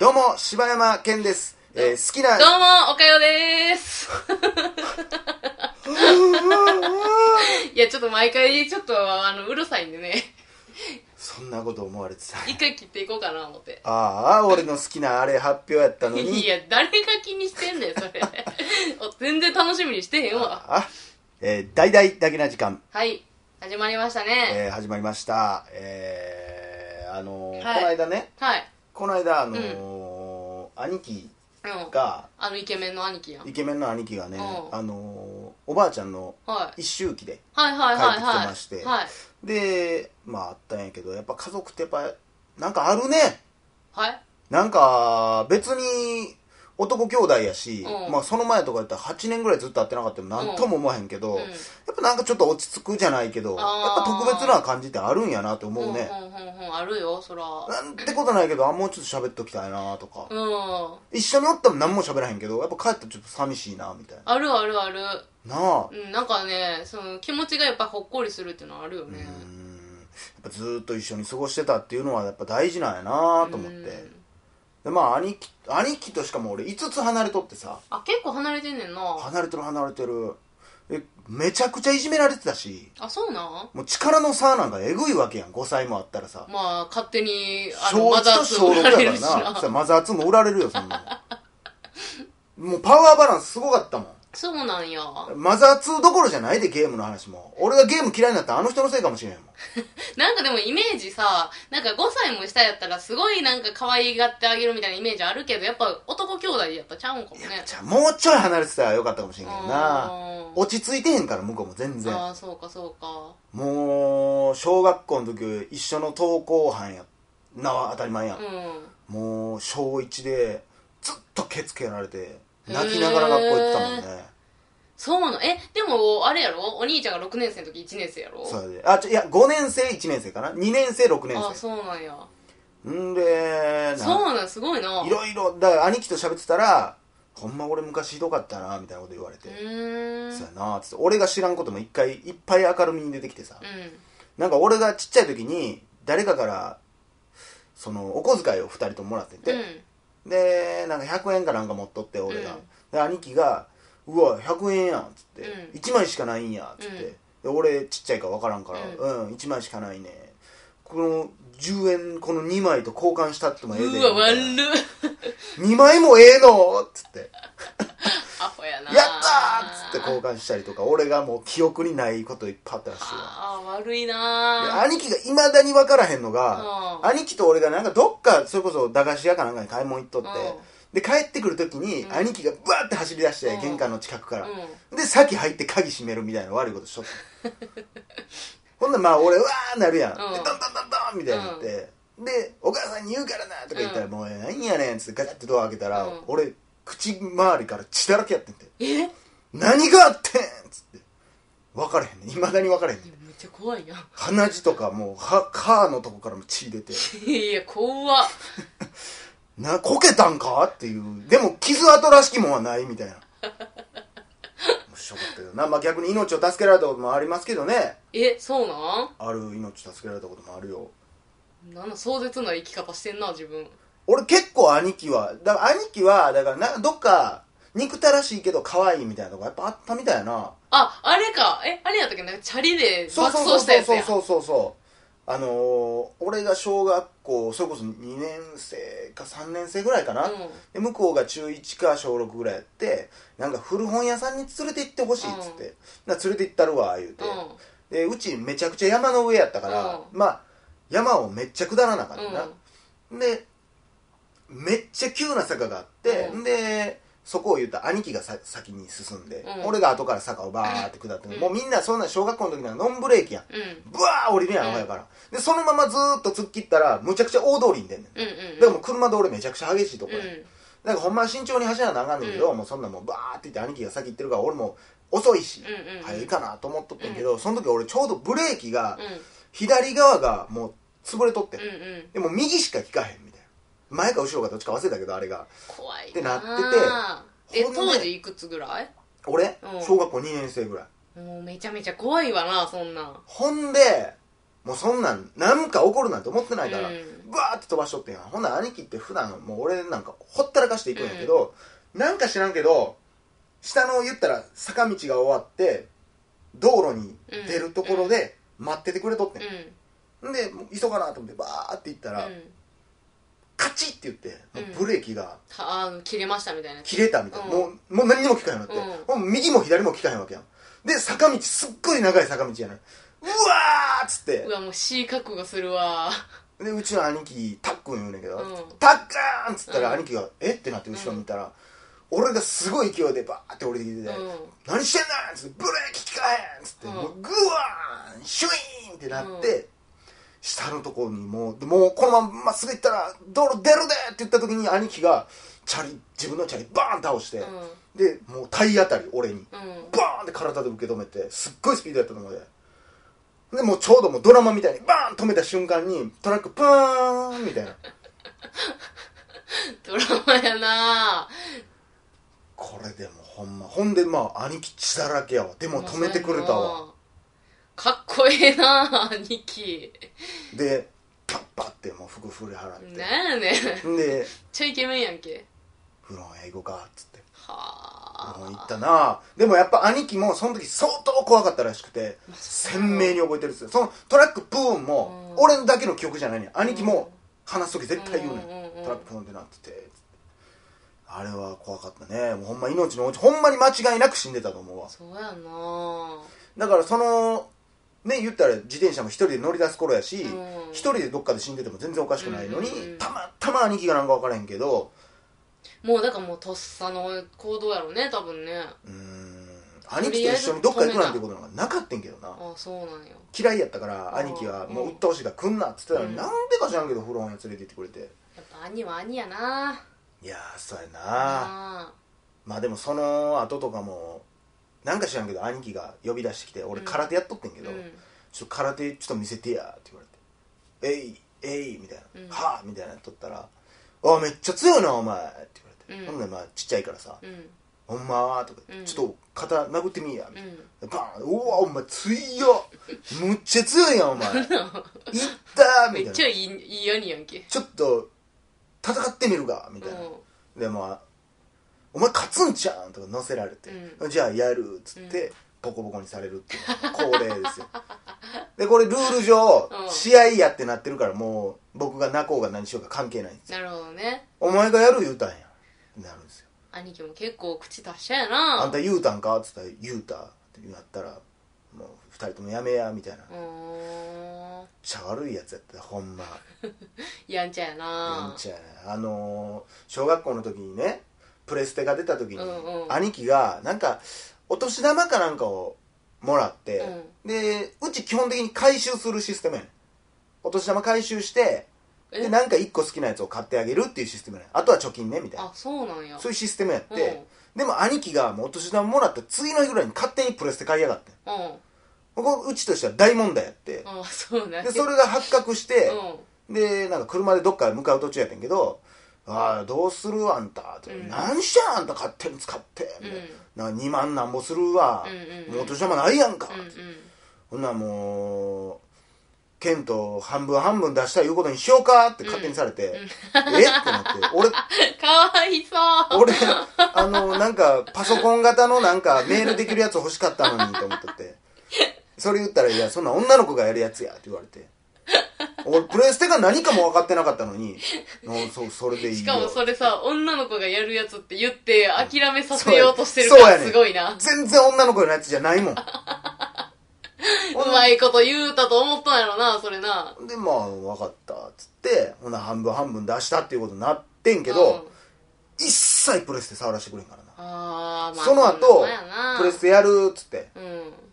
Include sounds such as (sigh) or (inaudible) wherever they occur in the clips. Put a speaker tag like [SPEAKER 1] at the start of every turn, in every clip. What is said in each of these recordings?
[SPEAKER 1] どうも柴山健です、えー好きな
[SPEAKER 2] どうも、おかよです。 (laughs) いや、ちょっと毎回、ちょっと、あの、うるさいんでね、
[SPEAKER 1] (laughs) そんなこと思われてた
[SPEAKER 2] 一回切っていこうかな、思って。
[SPEAKER 1] ああ俺の好きなあれ発表やったのに
[SPEAKER 2] いや、誰が気にしてんねん、それ。 (laughs) お全然楽しみにしてへんわ。
[SPEAKER 1] あ、えー、大々だけな時間、
[SPEAKER 2] はい、始まりましたね。
[SPEAKER 1] えー始まりましたえー、あのー
[SPEAKER 2] はい
[SPEAKER 1] この間ね
[SPEAKER 2] はい。
[SPEAKER 1] この間あのー兄貴
[SPEAKER 2] うん。
[SPEAKER 1] が
[SPEAKER 2] あの、イケメンの兄貴やん。は
[SPEAKER 1] イ
[SPEAKER 2] い。
[SPEAKER 1] ケメンの兄貴がね、
[SPEAKER 2] うん
[SPEAKER 1] あのーおばあちゃんの
[SPEAKER 2] はい
[SPEAKER 1] 一周忌で
[SPEAKER 2] はいはいはい。
[SPEAKER 1] 帰ってきてまして
[SPEAKER 2] はい。
[SPEAKER 1] でまああったんやけどやっぱ家族ってやっぱなんかあるね
[SPEAKER 2] はい
[SPEAKER 1] なんか別に男兄弟やし、
[SPEAKER 2] うん
[SPEAKER 1] まあ、その前とかやったら8年ぐらいずっと会ってなかったら何とも思わへんけど、
[SPEAKER 2] うん
[SPEAKER 1] やっぱなんかちょっと落ち着くじゃないけどやっ
[SPEAKER 2] あ
[SPEAKER 1] ぱ
[SPEAKER 2] ー
[SPEAKER 1] 特別な感じってあるんやなって思うね、
[SPEAKER 2] うんうんうんうん、あるよ、そら。う
[SPEAKER 1] なんてことないけどあもうちょっと喋っときたいなとか、
[SPEAKER 2] ん。
[SPEAKER 1] 一緒におったら何も喋らへんけどやっぱ帰ったらちょっと寂しいなみたい
[SPEAKER 2] あるあるある。
[SPEAKER 1] ななあ
[SPEAKER 2] うん、なんかね、その、気持ちがやっぱほっこりするっていうのはあるよね。
[SPEAKER 1] うんやっぱずーっと一緒に過ごしてたっていうのはやっぱ大事なんやなと思って、でまあ兄貴兄貴としかも俺5つ離れとってさ
[SPEAKER 2] あ結構離れてんねんな
[SPEAKER 1] 離れてる離れてるえめちゃくちゃいじめられてたし
[SPEAKER 2] あそうなん
[SPEAKER 1] もう力の差なんかえぐいわけやん5歳もあったらさ
[SPEAKER 2] まあ勝手にあの
[SPEAKER 1] 小
[SPEAKER 2] マ
[SPEAKER 1] 1
[SPEAKER 2] ザー
[SPEAKER 1] と
[SPEAKER 2] 2
[SPEAKER 1] 小
[SPEAKER 2] も
[SPEAKER 1] 6
[SPEAKER 2] ら
[SPEAKER 1] だか
[SPEAKER 2] れ
[SPEAKER 1] ら
[SPEAKER 2] る
[SPEAKER 1] な
[SPEAKER 2] しな
[SPEAKER 1] さマザー2も売られるよそんなのもうパワーバランスすごかったもん
[SPEAKER 2] そうなんや
[SPEAKER 1] マザー2どころじゃないでゲームの話も俺がゲーム嫌いになったらあの人のせいかもしれんもん
[SPEAKER 2] なんかでもイメージさなんか5歳も下やったらすごいなんか可愛がってあげるみたいなイメージあるけどやっぱ男兄弟やったらちゃうんかもね
[SPEAKER 1] じゃあもうちょい離れてたらよかったかもしれんけどな
[SPEAKER 2] あー
[SPEAKER 1] 落ち着いてへんから向こうも全然
[SPEAKER 2] あーそうかそうか
[SPEAKER 1] もう小学校の時一緒の登校班やなは当たり前やん
[SPEAKER 2] うん
[SPEAKER 1] もう小1でずっとケツけられて泣きながら学校行ってたもんね
[SPEAKER 2] そうなのえでもあれやろお兄ちゃんが6年生の時1年生やろ
[SPEAKER 1] それであちょいや5年生1年生かな2年生6年
[SPEAKER 2] あ
[SPEAKER 1] 生
[SPEAKER 2] そうなんや
[SPEAKER 1] んでな
[SPEAKER 2] そうなんすごいない
[SPEAKER 1] ろいろだから兄貴と喋ってたら「ほんま俺昔ひどかったな」みたいなこと言われ
[SPEAKER 2] う
[SPEAKER 1] て「
[SPEAKER 2] ーん
[SPEAKER 1] そうやな」っつって俺が知らんことも一回いっぱい明るみに出てきてさ、
[SPEAKER 2] うん
[SPEAKER 1] なんか俺がちっちゃい時に誰かからそのお小遣いを2人とももらってて、
[SPEAKER 2] うん
[SPEAKER 1] でなんか100円かなんか持っとって俺が、
[SPEAKER 2] うん
[SPEAKER 1] で兄貴が「うわ100円やん」っつって「
[SPEAKER 2] うん
[SPEAKER 1] 1枚しかないんや」っつって、
[SPEAKER 2] うん
[SPEAKER 1] で俺ちっちゃいから分からんから「うん、1枚しかないねこの10円この2枚と交換したってもええで」
[SPEAKER 2] うわ
[SPEAKER 1] みた
[SPEAKER 2] 悪
[SPEAKER 1] いな
[SPEAKER 2] っ (laughs)
[SPEAKER 1] 2枚もええの?」っつって
[SPEAKER 2] アホや
[SPEAKER 1] 「
[SPEAKER 2] な
[SPEAKER 1] やったー!」っつって交換したりとか俺がもう記憶にないこといっぱいあったらしいわ
[SPEAKER 2] ああ悪い
[SPEAKER 1] で
[SPEAKER 2] なー
[SPEAKER 1] 兄貴がいまだに分からへんのが、
[SPEAKER 2] うん
[SPEAKER 1] 兄貴と俺がなんかどっかそれこそ駄菓子屋かなんかに買い物行っとって、
[SPEAKER 2] うん
[SPEAKER 1] で帰ってくる時に
[SPEAKER 2] うん
[SPEAKER 1] 兄貴がブワーって走り出して、
[SPEAKER 2] うん
[SPEAKER 1] 玄関の近くから、
[SPEAKER 2] う
[SPEAKER 1] で先入って鍵閉めるみたいな悪いことしとった
[SPEAKER 2] (laughs)
[SPEAKER 1] ほんならまあ俺うわーなるやん、
[SPEAKER 2] うん
[SPEAKER 1] でドンドンドンドンみたいになって、で「お母さんに言うからな」とか言ったら「
[SPEAKER 2] うん
[SPEAKER 1] もうなんやねん」っつってガチャってドア開けたら、
[SPEAKER 2] うん
[SPEAKER 1] 俺口周りから血だらけやってんて
[SPEAKER 2] んえめっ
[SPEAKER 1] 「何があってん!」っつって分かれへんねいまだに分かれへんね
[SPEAKER 2] ちゃ怖いやん (laughs)
[SPEAKER 1] 鼻血とかもうは歯のとこからも血出て
[SPEAKER 2] いや怖っ
[SPEAKER 1] 「なこけたんか?」っていうでも傷跡らしきもんはないみたいな
[SPEAKER 2] (laughs)
[SPEAKER 1] 面白かったけどな、まあ、逆に命を助けられたこともありますけどね
[SPEAKER 2] えそうな
[SPEAKER 1] ある命助けられたこともあるよ
[SPEAKER 2] んなんだ壮絶な生き方してんな自分
[SPEAKER 1] 俺結構兄貴はだから兄貴はだからなどっか憎たらしいけど可愛いみたいなとこやっぱあったみたいな
[SPEAKER 2] ああれかえあれやったっけなんかチャリで
[SPEAKER 1] そう
[SPEAKER 2] 爆
[SPEAKER 1] そう
[SPEAKER 2] 走した
[SPEAKER 1] そう
[SPEAKER 2] やつ
[SPEAKER 1] そう
[SPEAKER 2] や
[SPEAKER 1] そうそうそうあのー俺が小学校それこそ2年生か3年生ぐらいかな、
[SPEAKER 2] うん
[SPEAKER 1] で向こうが中1か小6ぐらいやってなんか古本屋さんに連れて行ってほしいっつって、な連れて行ったるわ言うて、でうちめちゃくちゃ山の上やったから、まあ山をめっちゃ下らなあかっ
[SPEAKER 2] う
[SPEAKER 1] た
[SPEAKER 2] ん
[SPEAKER 1] な、でめっちゃ急な坂があって、
[SPEAKER 2] うん
[SPEAKER 1] でそこを言った兄貴がさ先に進んで、
[SPEAKER 2] うん
[SPEAKER 1] 俺が後から坂をバーって下って、
[SPEAKER 2] うん
[SPEAKER 1] もうみんなそんな小学校の時なんかノンブレーキやん
[SPEAKER 2] うんうん
[SPEAKER 1] ブワー降りるやん、
[SPEAKER 2] うん
[SPEAKER 1] 親からでそのままずーっと突っ切ったらむちゃくちゃ大通りに出んねん、
[SPEAKER 2] うんうんうん
[SPEAKER 1] でもう車通りめちゃくちゃ激しいとこ
[SPEAKER 2] う
[SPEAKER 1] や、
[SPEAKER 2] ん
[SPEAKER 1] ん、だからほんまは慎重に走らなあかんねんけど、
[SPEAKER 2] う
[SPEAKER 1] もうそんなもうバーって言って兄貴が先行ってるから俺も遅いし、
[SPEAKER 2] うんうん
[SPEAKER 1] 早いかなと思っとってんけど、その時俺ちょうどブレーキが、
[SPEAKER 2] うん
[SPEAKER 1] 左側がもう潰れとってん、
[SPEAKER 2] うんうん
[SPEAKER 1] でも右しか効かへんみたいな前か後ろかどっちか忘れたけどあれが
[SPEAKER 2] 怖い
[SPEAKER 1] ってなってて
[SPEAKER 2] え
[SPEAKER 1] ほんで
[SPEAKER 2] 当時いくつぐらい
[SPEAKER 1] 俺
[SPEAKER 2] うん
[SPEAKER 1] 小学校2年生ぐらい
[SPEAKER 2] もうめちゃめちゃ怖いわなそんなん
[SPEAKER 1] ほんでもうそんなんなんか起こるなんて思ってないから、
[SPEAKER 2] う
[SPEAKER 1] ブ
[SPEAKER 2] ん
[SPEAKER 1] ワーって飛ばしとってんやんほんなら兄貴って普段もう俺なんかほったらかしていくんやけど、なんか知らんけど下の言ったら坂道が終わって道路に出るところで待っててくれとってん、ん、でもう急がなと思ってバーって行った
[SPEAKER 2] うん
[SPEAKER 1] ら、
[SPEAKER 2] うん
[SPEAKER 1] カチッって言って
[SPEAKER 2] うん
[SPEAKER 1] もうブレーキが
[SPEAKER 2] あー切れましたみたいなやつ
[SPEAKER 1] 切れたみたいな、
[SPEAKER 2] う
[SPEAKER 1] もうもう何にも聞かへんようになって、もう右も左も聞かへんわけやんで坂道すっごい長い坂道やな、ね、うわーっつって
[SPEAKER 2] うわもう C 覚悟するわ
[SPEAKER 1] でうちの兄貴たっくん言うねんけど「
[SPEAKER 2] うん
[SPEAKER 1] たっくん!」っつったら
[SPEAKER 2] うん
[SPEAKER 1] 兄貴が「えっ?」てなって後ろ見たら、俺がすごい勢いでバーって降りてきてて「
[SPEAKER 2] うん
[SPEAKER 1] 何してんだ!」っつって「ブレーキ効かへん!」っつって、
[SPEAKER 2] うん
[SPEAKER 1] もうグワーンシュイーンってなって、下のところにもうでもうこのまままっすぐ行ったら「道路出るで!」って言った時に兄貴がチャリ自分のチャリバーン倒して、
[SPEAKER 2] うん
[SPEAKER 1] でもう体当たり俺に。
[SPEAKER 2] うん
[SPEAKER 1] バーンって体で受け止めてすっごいスピードやったと思うででもうちょうどもうドラマみたいにバーン止めた瞬間にトラックプーンみたい
[SPEAKER 2] (laughs)
[SPEAKER 1] な
[SPEAKER 2] ドラマやな
[SPEAKER 1] これでもほんまほんでまあ兄貴血だらけやわでも止めてくれたわ
[SPEAKER 2] かっこええな兄貴
[SPEAKER 1] でパッパッてもう服振り払って、
[SPEAKER 2] なんやねんめっ
[SPEAKER 1] で
[SPEAKER 2] ちゃイケメンやんけ
[SPEAKER 1] 「風呂英語か」っつって
[SPEAKER 2] は
[SPEAKER 1] もう行っ
[SPEAKER 2] あ
[SPEAKER 1] たなでもやっぱ兄貴もその時相当怖かったらしくて鮮明に覚えてるっすよそのトラックプーンも
[SPEAKER 2] うん
[SPEAKER 1] 俺だけの記憶じゃないねん兄貴も話す時絶対言うねん
[SPEAKER 2] うんうんうん
[SPEAKER 1] トラックポンってなっててあれは怖かったねもうほんま命のうちほんまに間違いなく死んでたと思うわ
[SPEAKER 2] そうやな
[SPEAKER 1] だからそのね言ったら自転車も一人で乗り出す頃やし一、
[SPEAKER 2] う
[SPEAKER 1] 人
[SPEAKER 2] ん
[SPEAKER 1] でどっかで死んでても全然おかしくないのに、
[SPEAKER 2] うんうんうん
[SPEAKER 1] たまたま兄貴がなんか分からへんけど
[SPEAKER 2] もうだからもうとっさの行動やろね多分ね
[SPEAKER 1] うーん兄貴と一緒にどっか行くなんていうことなんかなかったんけどな
[SPEAKER 2] あそうなんよ
[SPEAKER 1] 嫌いやったから兄貴は
[SPEAKER 2] うん
[SPEAKER 1] もう鬱陶しいから来んなっつってたのに、
[SPEAKER 2] うん
[SPEAKER 1] なんでか知らんけど風呂本屋連れて行ってくれて
[SPEAKER 2] やっぱ兄は兄やない
[SPEAKER 1] やーそうやな
[SPEAKER 2] あ
[SPEAKER 1] まあでもその後とかもなんか知らんけど兄貴が呼び出してきて俺
[SPEAKER 2] うん
[SPEAKER 1] 空手やっとってんけ
[SPEAKER 2] うん
[SPEAKER 1] ど、ちょっと空手ちょっと見せてやって言われて「えいえい」みたいな「
[SPEAKER 2] うん
[SPEAKER 1] はあ」みたいなのやっとったら「あめっちゃ強いなお前」って言われて、
[SPEAKER 2] うん
[SPEAKER 1] ほんでまあちっちゃいからさ
[SPEAKER 2] うん
[SPEAKER 1] 「ほんまは」とか、
[SPEAKER 2] うん
[SPEAKER 1] ちょっと肩殴ってみいや」み
[SPEAKER 2] う
[SPEAKER 1] たい
[SPEAKER 2] ん
[SPEAKER 1] な、バーン「うわお前強っむっちゃ強いやんお
[SPEAKER 2] (laughs)
[SPEAKER 1] 前いった」み
[SPEAKER 2] めった
[SPEAKER 1] い
[SPEAKER 2] ちゃ
[SPEAKER 1] ない
[SPEAKER 2] いいい兄やんけ
[SPEAKER 1] 「ちょっと戦ってみるか」み
[SPEAKER 2] う
[SPEAKER 1] たいな、
[SPEAKER 2] ん
[SPEAKER 1] でまあ「お前勝つんちゃうん」とか乗せられて「じゃあやる」っつって、ボコボコにされるっていうのが恒例ですよ (laughs) でこれルール上、
[SPEAKER 2] うん
[SPEAKER 1] 試合やってなってるからもう僕が泣こうが何しようが関係ないんですよ
[SPEAKER 2] なるほどね
[SPEAKER 1] 「お前がやる言うたんや」なるんですよ
[SPEAKER 2] 兄貴も結構口達者
[SPEAKER 1] 「
[SPEAKER 2] やな
[SPEAKER 1] あんた言うたんか?」っつったら「言うた」ってなったらもう二人ともやめやみたいなめ
[SPEAKER 2] う
[SPEAKER 1] っ
[SPEAKER 2] ーん
[SPEAKER 1] ちゃ悪いやつやったほんま
[SPEAKER 2] やんちゃや
[SPEAKER 1] やん
[SPEAKER 2] な
[SPEAKER 1] ちゃやなあのー小学校の時にねプレステが出た時に、
[SPEAKER 2] うんうん
[SPEAKER 1] 兄貴がなんかお年玉かなんかをもらって、
[SPEAKER 2] う
[SPEAKER 1] でうち基本的に回収するシステムやねんお年玉回収してで
[SPEAKER 2] え
[SPEAKER 1] なんか1個好きなやつを買ってあげるっていうシステムやねんあとは貯金ねみたいな
[SPEAKER 2] あそうなんや
[SPEAKER 1] そういうシステムやって、
[SPEAKER 2] うん
[SPEAKER 1] でも兄貴がもうお年玉もらった次の日ぐらいに勝手にプレステ買いやがってん
[SPEAKER 2] うん
[SPEAKER 1] これうちとしては大問題やって
[SPEAKER 2] あそうなんや
[SPEAKER 1] でそれが発覚して、
[SPEAKER 2] うん
[SPEAKER 1] でなんか車でどっかへ向かう途中やってんけど「ああどうするあんた」って
[SPEAKER 2] うん
[SPEAKER 1] 何しやあんた勝手に使って」みたいな「なんか2万なんぼするわ
[SPEAKER 2] うんうんうん
[SPEAKER 1] もうお年玉ないやんか」
[SPEAKER 2] うん (laughs)
[SPEAKER 1] ほんならもう「剣と半分半分出したいうことにしようか」って勝手にされて「えっ?」てなって俺
[SPEAKER 2] うんかわいそう
[SPEAKER 1] 俺あのなんかパソコン型のなんかメールできるやつ欲しかったのにと思っとってそれ言ったら「いやそんな女の子がやるやつや」って言われて俺プレステが何かも分かってなかったのにあそうそれでいいよ
[SPEAKER 2] しかもそれさ女の子がやるやつって言って諦めさ
[SPEAKER 1] そう
[SPEAKER 2] せ
[SPEAKER 1] や
[SPEAKER 2] ようとしてるから
[SPEAKER 1] そうやねん
[SPEAKER 2] すごいな
[SPEAKER 1] 全然女の子のやつじゃ
[SPEAKER 2] (laughs)
[SPEAKER 1] ないもん
[SPEAKER 2] うまいこと言うたと思ったんやろなそれな
[SPEAKER 1] でまあ分かったっつってほな半分半分出したっていうことになってんけど、
[SPEAKER 2] うん
[SPEAKER 1] 一切プレステ触らせてくれんからな、
[SPEAKER 2] あーまあ
[SPEAKER 1] その
[SPEAKER 2] んなも
[SPEAKER 1] 後
[SPEAKER 2] んやな
[SPEAKER 1] プレステやるっつって
[SPEAKER 2] う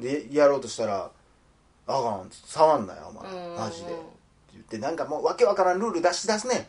[SPEAKER 2] ん
[SPEAKER 1] でやろうとしたら「あかん」つって触んなよお
[SPEAKER 2] うんうんう
[SPEAKER 1] 前
[SPEAKER 2] ん
[SPEAKER 1] マジで」って言ってなんかもうわけわからんルール出し出すねん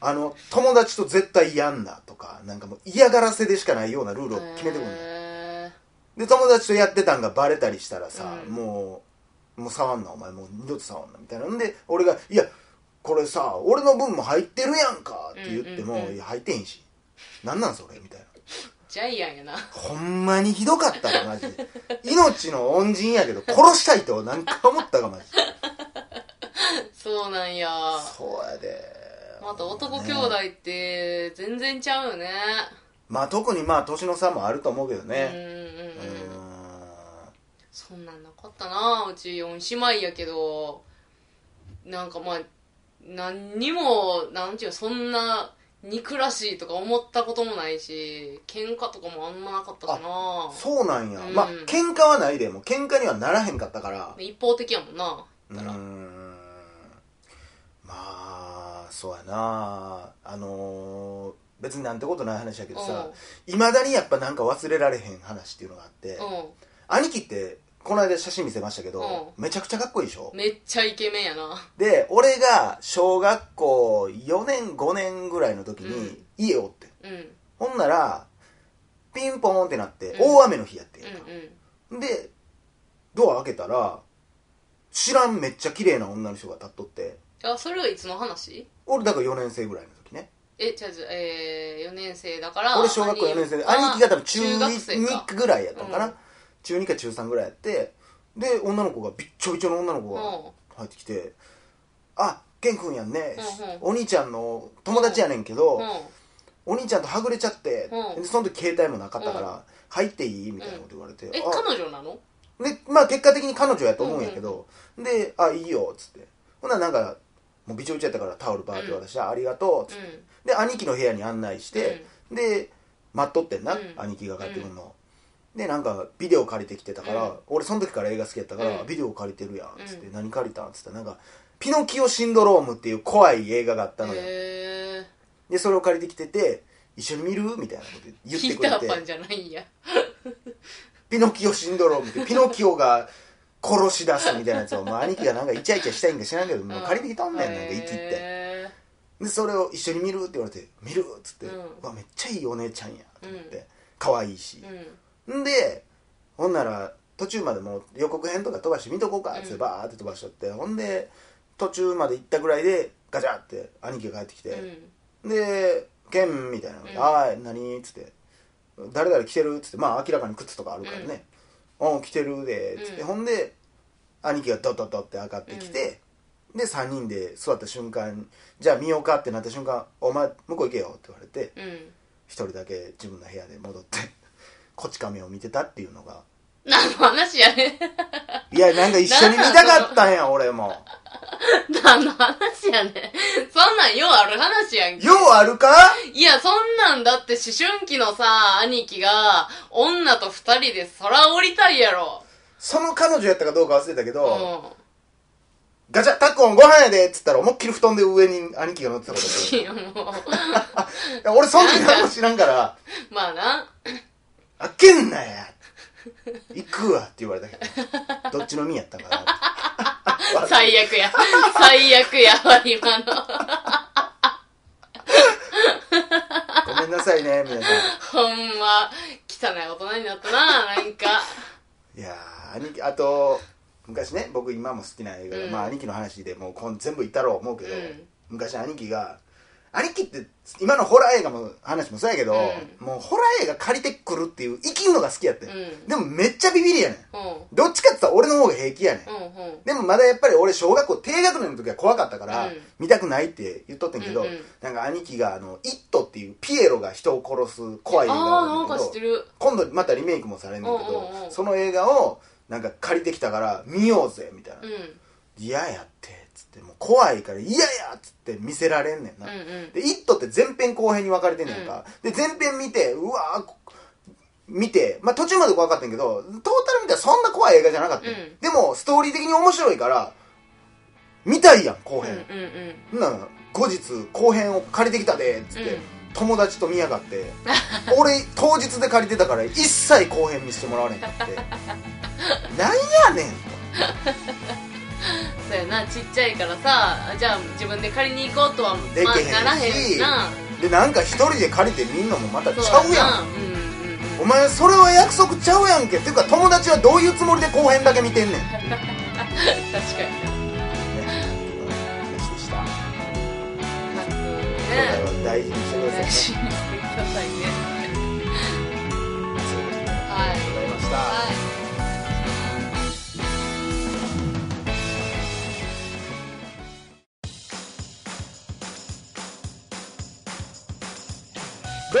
[SPEAKER 1] あの友達と絶対やんなとかなんかもう嫌がらせでしかないようなルールを決めてくるんだ
[SPEAKER 2] へ
[SPEAKER 1] で友達とやってたんがバレたりしたらさ、
[SPEAKER 2] うん
[SPEAKER 1] もうもう触んなお前もう二度と触んなみたいなんで俺が「いやこれさ俺の分も入ってるやんか」って言っても「
[SPEAKER 2] うんうんうん
[SPEAKER 1] いや入ってへんしなんなんそれ」みたいな
[SPEAKER 2] ージャイアンやな
[SPEAKER 1] ほんまにひどかったわマジで命の恩人やけど殺したいとなんか思ったがマジで
[SPEAKER 2] そうなんや
[SPEAKER 1] そうやで
[SPEAKER 2] また男兄弟って全然ちゃうよね
[SPEAKER 1] まあ特にまあ年の差もあると思うけど
[SPEAKER 2] うん
[SPEAKER 1] ねう
[SPEAKER 2] うんうん
[SPEAKER 1] ーん
[SPEAKER 2] そんなんなかったなうち4姉妹やけどなんかまあ何にもなんていうのそんな憎らしいとか思ったこともないし喧嘩とかもあんまなかったしな
[SPEAKER 1] そうなんや、
[SPEAKER 2] うん
[SPEAKER 1] まあ喧嘩はないでも喧嘩にはならへんかったから
[SPEAKER 2] 一方的やもんな
[SPEAKER 1] うー
[SPEAKER 2] だから
[SPEAKER 1] んまあそうやなあのー別になんてことない話やけどさいまだにやっぱなんか忘れられへん話っていうのがあって
[SPEAKER 2] うん
[SPEAKER 1] 兄貴ってこの間写真見せましたけどめちゃくちゃかっこいいでしょ
[SPEAKER 2] うんめっちゃイケメンやな
[SPEAKER 1] で俺が小学校4年5年ぐらいの時に
[SPEAKER 2] うん
[SPEAKER 1] 家おってん
[SPEAKER 2] うんうん
[SPEAKER 1] ほんならピンポーンってなって
[SPEAKER 2] うん
[SPEAKER 1] 大雨の日やってんやんか
[SPEAKER 2] うん
[SPEAKER 1] でドア開けたら知らんめっちゃ綺麗な女の人が立っとって
[SPEAKER 2] あそれはいつの話
[SPEAKER 1] 俺だから4年生ぐらいの時ね
[SPEAKER 2] えじゃあえー、4年生だから
[SPEAKER 1] 俺小学校4年生で
[SPEAKER 2] あ
[SPEAKER 1] 兄貴が多分中
[SPEAKER 2] 中学生か
[SPEAKER 1] 2ぐらいやったのかな、
[SPEAKER 2] うん
[SPEAKER 1] 中2か中3ぐらいやってで女の子がびっちょびちょの女の子が入ってきて「あケン君やんね、
[SPEAKER 2] うんうん
[SPEAKER 1] お兄ちゃんの友達やねんけど、
[SPEAKER 2] うんうん
[SPEAKER 1] お兄ちゃんとはぐれちゃって、
[SPEAKER 2] うん
[SPEAKER 1] でその時携帯もなかったから、
[SPEAKER 2] う
[SPEAKER 1] 入っていい?」みたいなこと言われて「
[SPEAKER 2] え
[SPEAKER 1] あ
[SPEAKER 2] 彼女なの
[SPEAKER 1] で、まあ結果的に彼女やと思うんやけど、で、あ、いいよ、っつって。ほんならなんか、もうびちょびちょやったからタオルバーって渡して、ありがとう、
[SPEAKER 2] う
[SPEAKER 1] つって。
[SPEAKER 2] ん
[SPEAKER 1] で、兄貴の部屋に案内して、で、待っとってんな、
[SPEAKER 2] うん
[SPEAKER 1] 兄貴が帰ってくるの。で、なんか、ビデオ借りてきてたから、
[SPEAKER 2] うん
[SPEAKER 1] 俺その時から映画好きやったから、
[SPEAKER 2] うん
[SPEAKER 1] ビデオ借りてるやん、つって、
[SPEAKER 2] う
[SPEAKER 1] 何借りたんつったら、なんか、ピノキオシンドロームっていう怖い映画があったのよ。
[SPEAKER 2] へー
[SPEAKER 1] で、それを借りてきてて、一緒に見るみたいなこと言って
[SPEAKER 2] ピー
[SPEAKER 1] くれ
[SPEAKER 2] タ
[SPEAKER 1] て
[SPEAKER 2] ー。パンじゃないんや
[SPEAKER 1] ピノキオシンドロームってピノキオが殺し出すみたいなや
[SPEAKER 2] (laughs)
[SPEAKER 1] つを、まあ、兄貴がなんかイチャイチャしたいんか知らんけど、もう借りてきたんだよなんか息って
[SPEAKER 2] へ
[SPEAKER 1] でそれを一緒に見るって言われて「見る」っつって「
[SPEAKER 2] うん
[SPEAKER 1] うわめっちゃいいお姉ちゃんや」と思って可愛いし
[SPEAKER 2] ー、うん
[SPEAKER 1] んでほんなら途中までもう予告編とか飛ばして見とこうかっつって
[SPEAKER 2] うん
[SPEAKER 1] バーって飛ばしとって、ほんで途中まで行ったぐらいでガチャって兄貴が帰ってきて、で「ケン」みたいな
[SPEAKER 2] うん
[SPEAKER 1] 「ああ何?」っつって「誰々来てる?」っつってまあ明らかに靴とかあるからね「うん来てるで」っつって、
[SPEAKER 2] うん
[SPEAKER 1] ほんで兄貴がドッドッドッって上がってきて、で3人で座った瞬間「じゃあ見ようか」ってなった瞬間「お前向こう行けよ」って言われて
[SPEAKER 2] うんうん
[SPEAKER 1] 一人だけ自分の部屋で戻って (laughs) こち亀を見てたっていうのが
[SPEAKER 2] 何の話やね
[SPEAKER 1] いやなんか一緒に見たかったんや俺も
[SPEAKER 2] (laughs) 何の話やねそんなんようある話やんけ
[SPEAKER 1] ようあるか
[SPEAKER 2] いや、そんなんだって思春期のさ、兄貴が、女と二人で空降りたいやろ。
[SPEAKER 1] その彼女やったかどうか忘れたけ
[SPEAKER 2] う
[SPEAKER 1] ど、
[SPEAKER 2] ん。
[SPEAKER 1] ガチャタックンご飯やでっつったら思いっきり布団で上に兄貴が乗ってたことある
[SPEAKER 2] いや、も
[SPEAKER 1] (laughs) い
[SPEAKER 2] (laughs)
[SPEAKER 1] や俺そんな何も知らんから
[SPEAKER 2] う、まあな。
[SPEAKER 1] 「開けんなや行くわ」って言われたけ
[SPEAKER 2] (laughs)
[SPEAKER 1] どどっちのみやったんかな
[SPEAKER 2] 最悪
[SPEAKER 1] (laughs)
[SPEAKER 2] や。最悪やわ、今の。
[SPEAKER 1] ごめんなさいね皆さん
[SPEAKER 2] ほんま、汚い大人になったな、なんか。
[SPEAKER 1] いやー兄貴あと昔ね僕今も好きな映画が、
[SPEAKER 2] うん
[SPEAKER 1] まあ兄貴の話でもうこん全部言ったろう思うけど、
[SPEAKER 2] うん
[SPEAKER 1] 昔兄貴が兄貴って今のホラー映画の話もそうやけど、
[SPEAKER 2] う
[SPEAKER 1] もうホラー映画借りてくるっていう生きるのが好きやって、
[SPEAKER 2] うん
[SPEAKER 1] でもめっちゃビビりやねん
[SPEAKER 2] うん。
[SPEAKER 1] どっちかって言ったら俺の方が平気やねん
[SPEAKER 2] うん、うん。
[SPEAKER 1] でもまだやっぱり俺小学校低学年の時は怖かったから、
[SPEAKER 2] うん
[SPEAKER 1] 見たくないって言っとってんけど、
[SPEAKER 2] うんうん
[SPEAKER 1] なんか兄貴があの「イット!」っていうピエロが人を殺す怖い映画
[SPEAKER 2] ああ、
[SPEAKER 1] が
[SPEAKER 2] な
[SPEAKER 1] あ
[SPEAKER 2] んか
[SPEAKER 1] る
[SPEAKER 2] 知
[SPEAKER 1] ん
[SPEAKER 2] っ
[SPEAKER 1] だけ
[SPEAKER 2] て
[SPEAKER 1] ど
[SPEAKER 2] る。
[SPEAKER 1] 今度またリメイクもされるんだけど、
[SPEAKER 2] うんうんうん
[SPEAKER 1] その映画をなんか借りてきたから見ようぜみたいな
[SPEAKER 2] うん。う
[SPEAKER 1] 「嫌、やって」っつってもう怖いから「嫌や!」っつって見せられんねんな、
[SPEAKER 2] んうん。
[SPEAKER 1] で「イット!」って前編後編に分かれてんねんか、で前編見てうわーこ見て、まあ、途中まで怖かったんやけどトータル見たらそんな怖い映画じゃなかったよ、
[SPEAKER 2] うん
[SPEAKER 1] でもストーリー的に面白いから見たいやん後
[SPEAKER 2] うん
[SPEAKER 1] 編、
[SPEAKER 2] うんうん。
[SPEAKER 1] ん、なら後日後編を借りてきたでっつって、
[SPEAKER 2] うん
[SPEAKER 1] 友達と見やがって俺当日で借りてたから一切後編見せてもらわれへんか
[SPEAKER 2] (laughs)
[SPEAKER 1] ってなんやねんと
[SPEAKER 2] そうやな、ちっちゃいからさ、じゃあ自分で借りに行こうとは、
[SPEAKER 1] でき
[SPEAKER 2] まあ
[SPEAKER 1] へんし
[SPEAKER 2] ならへんな。
[SPEAKER 1] でなんか一人で借りてみんのもまたち
[SPEAKER 2] そう
[SPEAKER 1] ゃうやん
[SPEAKER 2] なうんうんうん。
[SPEAKER 1] お前それは約束ちゃうやんけっていうか友達はどういうつもりで後編だけ見てんねん
[SPEAKER 2] 確かに
[SPEAKER 1] 話でした
[SPEAKER 2] かっこい
[SPEAKER 1] 今回は大
[SPEAKER 2] い
[SPEAKER 1] 事にしてくださいね
[SPEAKER 2] ね信じてくださいね
[SPEAKER 1] そうですね
[SPEAKER 2] は
[SPEAKER 1] ありがとうございました、
[SPEAKER 2] はい
[SPEAKER 1] ど